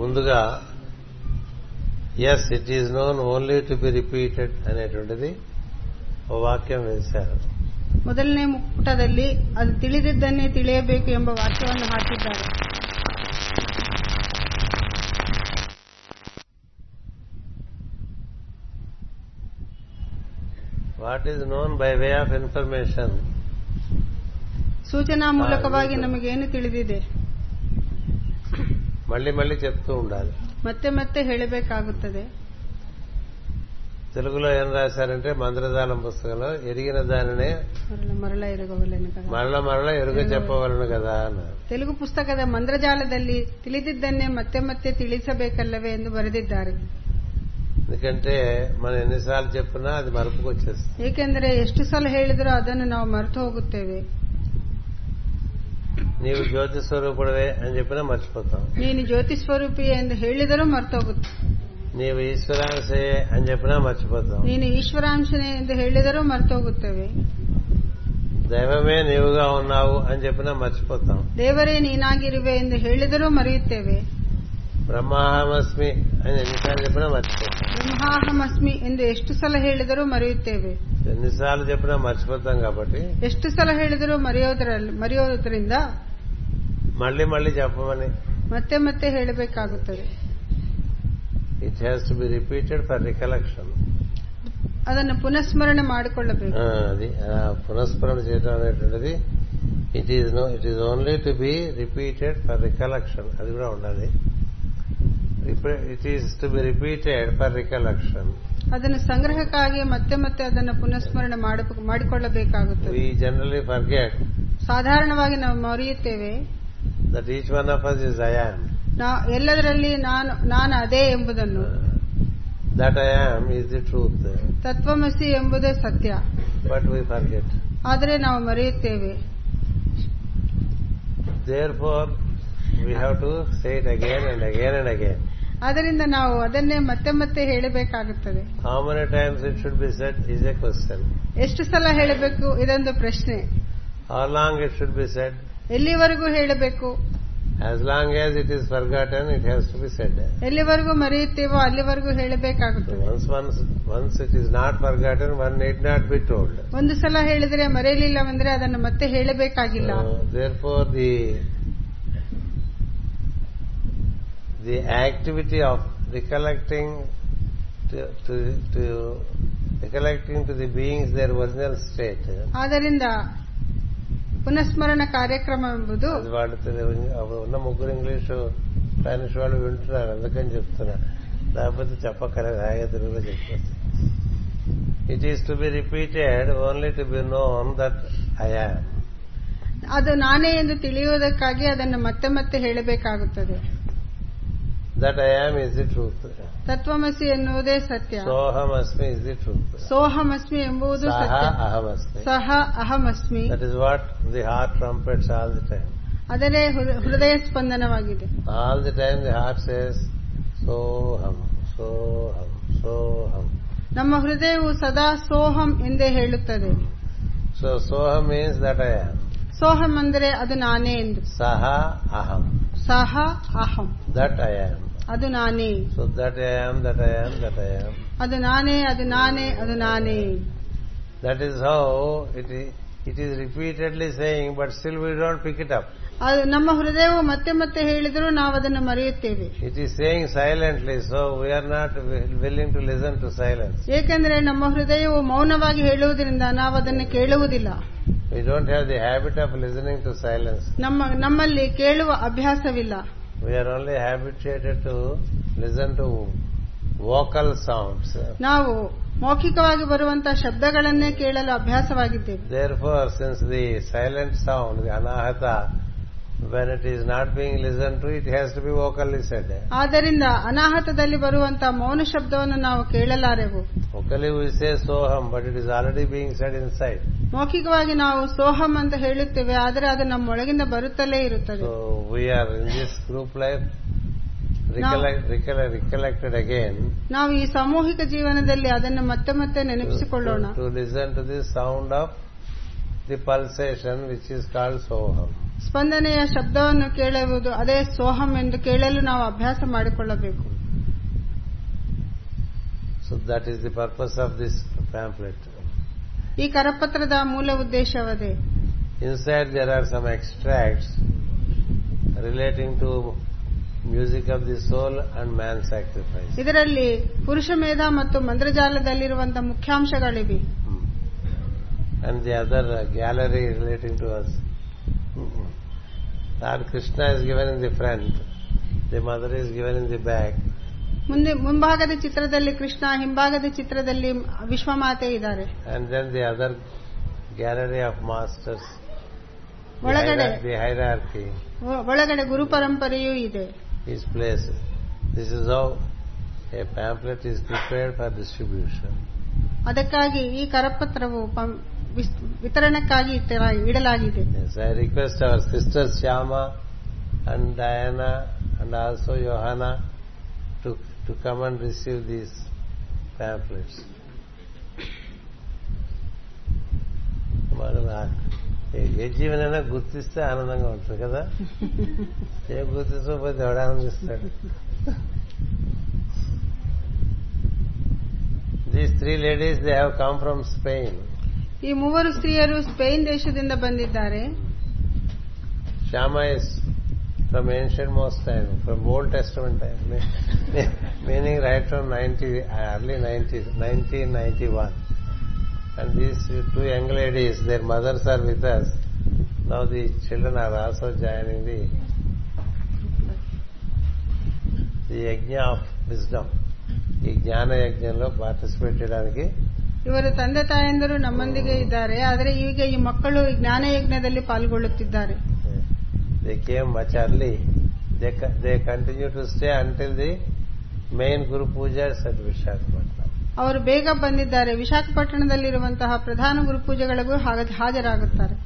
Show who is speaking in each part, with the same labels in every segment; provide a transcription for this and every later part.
Speaker 1: ముందుగా yes it is known only to be repeated అనేటువంటిది ఓ వాక్యం వేశారు
Speaker 2: ಮೊದಲನೇ ಪುಟದಲ್ಲಿ ಅದು ತಿಳಿದಿದ್ದನ್ನೇ ತಿಳಿಯಬೇಕು ಎಂಬ ವಾಕ್ಯವನ್ನು ಹಾಕಿದ್ದಾರೆ
Speaker 1: what is known by way of information
Speaker 2: ಸೂಚನಾ ಮೂಲಕವಾಗಿ ನಮಗೇನು ತಿಳಿದಿದೆ
Speaker 1: మళ్ళీ మళ్ళీ చెప్తూ ఉండాలి
Speaker 2: ಮತ್ತೆ ಮತ್ತೆ ಹೇಳಬೇಕಾಗುತ್ತದೆ
Speaker 1: తెలుగులో ఏం రాశారంటే మంత్రజాలం పుస్తకంలో ఎరిగిన దానినే
Speaker 2: ಮರಳ ಮರಳ ಎರಗವಲೆನ ಕದ.
Speaker 1: మరల మరల ఎరుగ చెప్పవలను కదా అన్నారు
Speaker 2: ತೆಲುಗು ಪುಸ್ತಕದ ಮಂತ್ರಜಾಲದಲ್ಲಿ ತಿಳಿದಿದ್ದನ್ನೇ ಮತ್ತೆ ಮತ್ತೆ ತಿಳಿಸಬೇಕಲ್ಲವೇ ಎಂದು ಬರೆದಿದ್ದಾರೆ
Speaker 1: ఎందుకంటే మనం ఎన్నిసార్లు చెప్పినా అది మరపుకు వచ్చేస్తుంది
Speaker 2: ಏಕೆಂದರೆ ಎಷ್ಟು ಸಲ ಹೇಳಿದರೂ ಅದನ್ನು ನಾವು ಮರೆತು ಹೋಗುತ್ತೇವೆ
Speaker 1: నీవు జ్యోతి స్వరూపుడవే అని చెప్పినా మర్చిపోతాం
Speaker 2: ನೀನು ಜ್ಯೋತಿ ಸ್ವರೂಪಿ ಎಂದು ಹೇಳಿದರೂ ಮರೆತು ಹೋಗುತ್ತೆ
Speaker 1: నీవు ఈశ్వరాశయే అని చెప్పినా మర్చిపోతాం
Speaker 2: ನೀನು ಈಶ್ವರಾಂಶನೇ ಎಂದು ಹೇಳಿದರೂ ಮರೆತು ಹೋಗುತ್ತೇವೆ
Speaker 1: దైవమే నీవుగా ఉన్నావు అని చెప్పినా మర్చిపోతాం
Speaker 2: ದೇವರೇ ನೀನಾಗಿರುವೆ ಎಂದು ಹೇಳಿದರೂ ಮರೆಯುತ್ತೇವೆ
Speaker 1: బ్రహ్మాహమస్మి అని ఎన్నిసార్లు చెప్పినా మర్చిపోతాం
Speaker 2: ಬ್ರಹ್ಮಾಹಮಸ್ಮಿ ಎಂದು ಎಷ್ಟು ಸಲ ಹೇಳಿದರೂ ಮರೆಯುತ್ತೇವೆ
Speaker 1: ఎన్నిసార్లు చెప్పినా మర్చిపోతాం కాబట్టి
Speaker 2: ಎಷ್ಟು ಸಲ ಹೇಳಿದರೂ ಮರೆಯೋದರಲ್ಲಿ ಮರೆಯೋದ್ರಿಂದ
Speaker 1: మళ్ళీ మళ్ళీ చెప్పమని
Speaker 2: ಮತ್ತೆ ಮತ್ತೆ ಹೇಳಬೇಕಾಗುತ್ತದೆ
Speaker 1: it has to be repeated for recollection
Speaker 2: ಅದನ್ನು ಪುನಸ್ಮರಣೆ ಮಾಡಿಕೊಳ್ಳಬೇಕು
Speaker 1: అది ఆ పునఃస్మరణ చేయడం అనేటువంటిది it is no it is only to be repeated for recollection అది కూడా ఉండాలి it is to be repeated for recollection
Speaker 2: ಅದನ್ನು ಸಂಗ್ರಹಕ್ಕಾಗಿ ಮತ್ತೆ ಮತ್ತೆ ಅದನ್ನು ಪುನಸ್ಮರಣೆ ಮಾಡಬೇಕು- ಮಾಡಿಕೊಳ್ಳಬೇಕಾಗುತ್ತದೆ
Speaker 1: వి జనరలీ ఫర్గెట్
Speaker 2: ಸಾಧಾರಣವಾಗಿ ನಾವು ಮರೆಯುತ್ತೇವೆ
Speaker 1: that each one of us is I am
Speaker 2: ನಾ- ಎಲ್ಲದರಲ್ಲಿ ನಾನು ನಾನು ಅದೇ ಎಂಬುದನ್ನು
Speaker 1: that I am is the truth
Speaker 2: ತತ್ವಮಸಿ ಎಂಬುದೇ ಸತ್ಯ
Speaker 1: బట్ వీ ఫర్గెట్
Speaker 2: ಆದರೆ ನಾವು ಮರೆಯುತ್ತೇವೆ
Speaker 1: therefore we have to say it again and again and again
Speaker 2: ಆದ್ದರಿಂದ ನಾವು ಅದನ್ನೇ ಮತ್ತೆ ಮತ್ತೆ ಹೇಳಬೇಕಾಗುತ್ತದೆ
Speaker 1: how many times it should be said is a question
Speaker 2: ಎಷ್ಟು ಸಲ ಹೇಳಬೇಕು ಇದೊಂದು ಪ್ರಶ್ನೆ
Speaker 1: how long it should be said
Speaker 2: ಎಲ್ಲಿವರೆಗೂ ಹೇಳಬೇಕು
Speaker 1: as long as it is forgotten it has to be said
Speaker 2: ಎಲ್ಲಿವರೆಗೂ ಮರೆಯುತ್ತೇವೋ ಅಲ್ಲಿವರೆಗೂ ಹೇಳಬೇಕಾಗುತ್ತದೆ
Speaker 1: once once once it is not forgotten one need not be told
Speaker 2: ಒಂದು ಸಲ ಹೇಳಿದರೆ ಮರೆಯಲಿಲ್ಲವೆಂದರೆ ಅದನ್ನು ಮತ್ತೆ ಹೇಳಬೇಕಾಗಿಲ್ಲ
Speaker 1: therefore the the activity of recollecting to recollecting to the beings their original state
Speaker 2: Oh. ಆದ್ದರಿಂದ ಪುನಸ್ಮರಣ ಕಾರ್ಯಕ್ರಮ ಎಂಬುದು
Speaker 1: అది వాళ్ళు తెలియ- అప్పుడు ఉన్న ముగ్గురు ఇంగ్లీషు స్పానిష్ వాళ్ళు వింటున్నారు అందుకని చెప్తున్నా లేకపోతే చెప్పక్కర్లేదు హాయిగా తెలుగులో చెప్పచ్చు it is to be repeated only to be known that I am
Speaker 2: ಅದು ನಾನೇ ಎಂದು ತಿಳಿಯುವುದಕ್ಕಾಗಿ ಅದನ್ನು ಮತ್ತೆ ಮತ್ತೆ ಹೇಳಬೇಕಾಗುತ್ತದೆ
Speaker 1: that I am is the truth
Speaker 2: ತತ್ವಮಸಿ ಎನ್ನುವುದೇ ಸತ್ಯ
Speaker 1: soham asmi is the truth
Speaker 2: ಸೋಹಮಸ್ಮಿ ಎಂಬುದು
Speaker 1: సహ
Speaker 2: ಸತ್ಯ
Speaker 1: అహమస్మి
Speaker 2: ಸಹ ಅಹಮಸ್ಮಿ
Speaker 1: that is what the heart trumpets all the time
Speaker 2: ಅದರೇ ಹೃ- ಹೃದಯ ಸ್ಪಂದನವಾಗಿದೆ
Speaker 1: all the time the heart says soham soham సోహం
Speaker 2: ನಮ್ಮ ಹೃದಯವು ಸದಾ ಸೋಹಂ ಎಂದೇ ಹೇಳುತ್ತದೆ
Speaker 1: so soham means that I am
Speaker 2: ಸೋಹಂ ಅಂದರೆ ಅದು ನಾನೇ ಎಂದು
Speaker 1: సహ అహం
Speaker 2: ಸಹ ಅಹಂ
Speaker 1: దట్ ఐ యామ్
Speaker 2: ಅದು ನಾನೇ
Speaker 1: so that I am that I am that I am
Speaker 2: ಅದು ನಾನೇ ಅದು ನಾನೇ ಅದು ನಾನೇ
Speaker 1: that is how it it is repeatedly saying but still we don't pick it up
Speaker 2: ಅದು ನಮ್ಮ ಹೃದಯವು ಮತ್ತೆ ಮತ್ತೆ ಹೇಳಿದರೂ ನಾವು ಅದನ್ನು ಮರೆಯುತ್ತೇವೆ
Speaker 1: it is saying silently so we are not willing to listen to silence
Speaker 2: ಏಕೆಂದರೆ ನಮ್ಮ ಹೃದಯವು ಮೌನವಾಗಿ ಹೇಳುವುದರಿಂದ ನಾವು ಅದನ್ನು ಕೇಳುವುದಿಲ್ಲ
Speaker 1: we don't have the habit of listening to silence
Speaker 2: ನಮ್ಮ ನಮ್ಮಲ್ಲಿ ಕೇಳುವ ಅಭ್ಯಾಸವಿಲ್ಲ
Speaker 1: we are only habituated to listen to vocal sounds
Speaker 2: ನಾವು ಮೌಖಿಕವಾಗಿ ಬರುವಂತಹ ಶಬ್ದಗಳನ್ನೇ ಕೇಳಲು ಅಭ್ಯಾಸವಾಗಿದ್ದೇವೆ
Speaker 1: therefore since the silent sound the anahata when it is not being listen to it has to be vocally said
Speaker 2: ಆದ್ದರಿಂದ ಅನಾಹತದಲ್ಲಿ ಬರುವಂತಹ ಮೌನ ಶಬ್ದವನ್ನು ನಾವು ಕೇಳಲಾರೆವು
Speaker 1: ఒకలి విసే సోహం but it is already being said inside
Speaker 2: ಮೌಖಿಕವಾಗಿ ನಾವು ಸೋಹಂ ಅಂತ ಹೇಳುತ್ತೇವೆ ಆದರೆ ಅದು ನಮ್ಮೊಳಗಿಂದ ಬರುತ್ತಲೇ ಇರುತ್ತದೆ
Speaker 1: so we are in this group life recollected again
Speaker 2: ನಾವು ಈ ಸಾಮೂಹಿಕ ಜೀವನದಲ್ಲಿ ಅದನ್ನು ಮತ್ತೆ ಮತ್ತೆ ನೆನಪಿಸಿಕೊಳ್ಳೋಣ
Speaker 1: to listen to the sound of the pulsation which is called సోహం
Speaker 2: ಸ್ಪಂದನೆಯ ಶಬ್ದವನ್ನು ಕೇಳುವುದು ಅದೇ ಸೋಹಂ ಎಂದು ಕೇಳಲು ನಾವು ಅಭ್ಯಾಸ ಮಾಡಿಕೊಳ್ಳಬೇಕು
Speaker 1: So that is the purpose of this pamphlet.
Speaker 2: ಈ ಕರಪತ್ರದ ಮೂಲ ಉದ್ದೇಶವದೇ
Speaker 1: Inside there are some extracts relating to music of the soul and man's sacrifice.
Speaker 2: ಇದರಲ್ಲಿ ಪುರುಷ ಮೇಧ ಮತ್ತು ಮಂತ್ರಜಾಲದಲ್ಲಿರುವಂತಹ ಮುಖ್ಯಾಂಶಗಳಿವೆ
Speaker 1: Hmm. And the other uh, gallery relating to us. Hmm. Lord Krishna is given in the front, the mother is given in the back,
Speaker 2: ಮುಂದೆ ಮುಂಭಾಗದ ಚಿತ್ರದಲ್ಲಿ ಕೃಷ್ಣ ಹಿಂಭಾಗದ ಚಿತ್ರದಲ್ಲಿ ವಿಶ್ವಮಾತೆ ಇದ್ದಾರೆ
Speaker 1: and then the other gallery of masters. The
Speaker 2: ಒಳಗಡೆ
Speaker 1: hierar- the hierarchy
Speaker 2: ಒ- ಒಳಗಡೆ ಗುರು ಪರಂಪರೆಯೂ ಇದೆ
Speaker 1: is placed. This is how a pamphlet is prepared for distribution.
Speaker 2: ಅದಕ್ಕಾಗಿ ಈ ಕರಪತ್ರವು ಪಂ- ವಿಸ್- ವಿತರಣಕ್ಕಾಗಿ ಇತರ- ಇಡಲಾಗಿದೆ
Speaker 1: Yes, I request our sisters Shyama and Diana and also Johanna to, to come and receive these pamphlets. మనం ఆ- ah, ఏ- ఏ జీవనైనా గుర్తిస్తే ఆనందంగా ఉంటుంది కదా ఏం గుర్తించకపోతే ఎవడ ఆనందిస్తాడు these three ladies they have come from Spain
Speaker 2: ಈ ಮೂವರು ಸ್ತ್ರೀಯರು ಸ್ಪೇನ್ ದೇಶದಿಂದ ಬಂದಿದ್ದಾರೆ
Speaker 1: Shyama is from ancient most time from old testament time meaning right from ninety early nineties nineteen ninety one and these two young ladies their mothers are with us now the children are also joining the the yajna of wisdom ఈ జ్ఞాన యజ్ఞంలో participate చేయడానికి
Speaker 2: ಇವರು ತಂದೆ ತಾಯಂದಿರು ನಮ್ಮೊಂದಿಗೆ ಇದ್ದಾರೆ ಆದರೆ ಈಗ ಈ ಮಕ್ಕಳು ಈ ಜ್ಞಾನಯಜ್ಞದಲ್ಲಿ ಪಾಲ್ಗೊಳ್ಳುತ್ತಿದ್ದಾರೆ
Speaker 1: they came much early they they continue to stay until the main guru puja at Visakhapatnam
Speaker 2: ಅವರು ಬೇಗ ಬಂದಿದ್ದಾರೆ ವಿಶಾಖಪಟ್ಟಣದಲ್ಲಿರುವಂತಹ ಪ್ರಧಾನ ಗುರುಪೂಜೆಗಳಿಗೂ ಹಾಗ- ಹಾಜರಾಗುತ್ತಾರೆ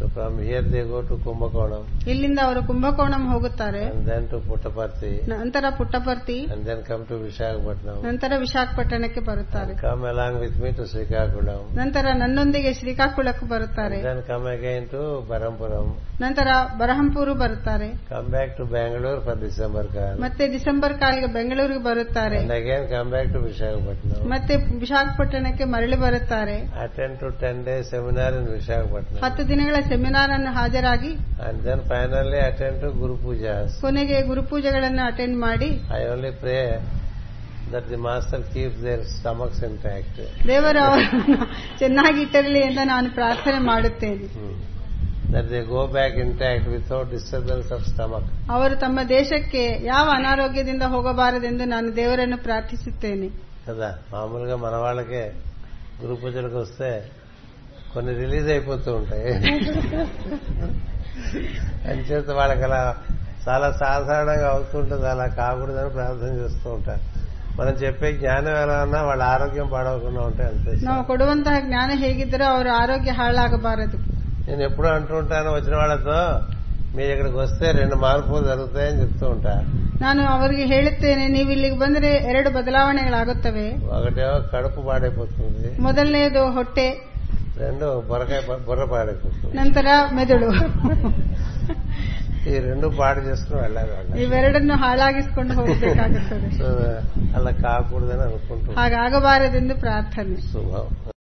Speaker 1: so from here they go to Kumbakonam
Speaker 2: ಇಲ್ಲಿಂದ ಅವರು ಕುಂಭಕೋಣಂ ಹೋಗುತ್ತಾರೆ
Speaker 1: అండ్ దెన్ టు పుట్టపర్తి
Speaker 2: ನಂತರ Puttaparthi
Speaker 1: and then come to Visakhapatnam
Speaker 2: ನಂತರ ವಿಶಾಖಪಟ್ಟಣಕ್ಕೆ ಬರುತ್ತಾರೆ
Speaker 1: come along with me to Srikakulam
Speaker 2: ನಂತರ ನನ್ನೊಂದಿಗೆ ಶ್ರೀಕಾಕುಳಕ್ಕೆ ಬರುತ್ತಾರೆ
Speaker 1: then come again to Berhampur
Speaker 2: ನಂತರ ಬರಹಂಪೂರು ಬರುತ್ತಾರೆ
Speaker 1: come back to Bengaluru for December call
Speaker 2: ಮತ್ತೆ ಡಿಸೆಂಬರ್ ಕಾಲಿಗೆ ಬೆಂಗಳೂರಿಗೆ ಬರುತ್ತಾರೆ
Speaker 1: and again come back to Visakhapatnam
Speaker 2: ಮತ್ತೆ ವಿಶಾಖಪಟ್ಟಣಕ್ಕೆ ಮರಳಿ ಬರುತ್ತಾರೆ
Speaker 1: attend to ten day seminar in Visakhapatnam
Speaker 2: ಹತ್ತು ದಿನಗಳ ಸೆಮಿನಾರ್ ಅನ್ನು ಹಾಜರಾಗಿ
Speaker 1: and then finally attend to guru pujas
Speaker 2: ಕೊನೆಗೆ ಗುರುಪೂಜೆಗಳನ್ನು ಅಟೆಂಡ್ ಮಾಡಿ
Speaker 1: I only pray that the master keeps their stomachs intact.
Speaker 2: ದೇವರ ಅವರನ್ನು ಚೆನ್ನಾಗಿಟ್ಟಿರಲಿ ಎಂದು ನಾನು ಪ್ರಾರ್ಥನೆ ಮಾಡುತ್ತೇನೆ
Speaker 1: Hmm. That they go back intact without disturbance of stomach.
Speaker 2: ಅವರು ತಮ್ಮ ದೇಶಕ್ಕೆ ಯಾವ ಅನಾರೋಗ್ಯದಿಂದ ಹೋಗಬಾರದೆಂದು ನಾನು ದೇವರನ್ನು ಪ್ರಾರ್ಥಿಸುತ್ತೇನೆ
Speaker 1: కదా మామూలుగా మన వాళ్ళకే గురు పూజలకు వస్తే కొన్ని రిలీజ్ అయిపోతూ ఉంటాయి అంచేత వాళ్ళకి అలా చాలా సాధారణంగా అవుతుంటుంది అలా కాకూడదని ప్రార్థన చేస్తూ ఉంటారు మనం చెప్పే జ్ఞానం ఎలా ఉన్నా వాళ్ళ ఆరోగ్యం పాడవకుండా ఉంటాయి అంతే
Speaker 2: ನಾವು ಕೊಡುವಂತಹ ಜ್ಞಾನ ಹೇಗಿದ್ದರೂ ಅವರ ಆರೋಗ್ಯ ಹಾಳಾಗಬಾರದು
Speaker 1: నేను ఎప్పుడూ అంటూ ఉంటాను వచ్చిన వాళ్ళతో మీరు ఇక్కడికి వస్తే రెండు మార్పులు జరుగుతాయని చెప్తూ ఉంటా
Speaker 2: ನಾನು ಅವರಿಗೆ ಹೇಳುತ್ತೇನೆ ನೀವು ಇಲ್ಲಿಗೆ ಬಂದರೆ ಎರಡು ಬದಲಾವಣೆಗಳಾಗುತ್ತವೆ
Speaker 1: ఒకటేమో కడుపు పాడైపోతుంది
Speaker 2: ಮೊದಲನೆಯದು ಹೊಟ್ಟೆ
Speaker 1: రెండు బుర్రకాయ పా- బుర్ర పాడైపోతుంది
Speaker 2: ನಂತರ ಮೆದುಳು
Speaker 1: ఈ రెండు పాడు చేసుకుని వెళ్ళాలి వాళ్ళు
Speaker 2: ಇವೆರಡನ್ನು ಹಾಳಾಗಿಸಿಕೊಂಡು ಹೋಗಬೇಕಾಗುತ್ತದೆ
Speaker 1: సో అలా కాకూడదని అనుకుంటున్నాను
Speaker 2: ಹಾಗಾಗಬಾರದೆಂದು ಪ್ರಾರ್ಥನೆ
Speaker 1: శుభం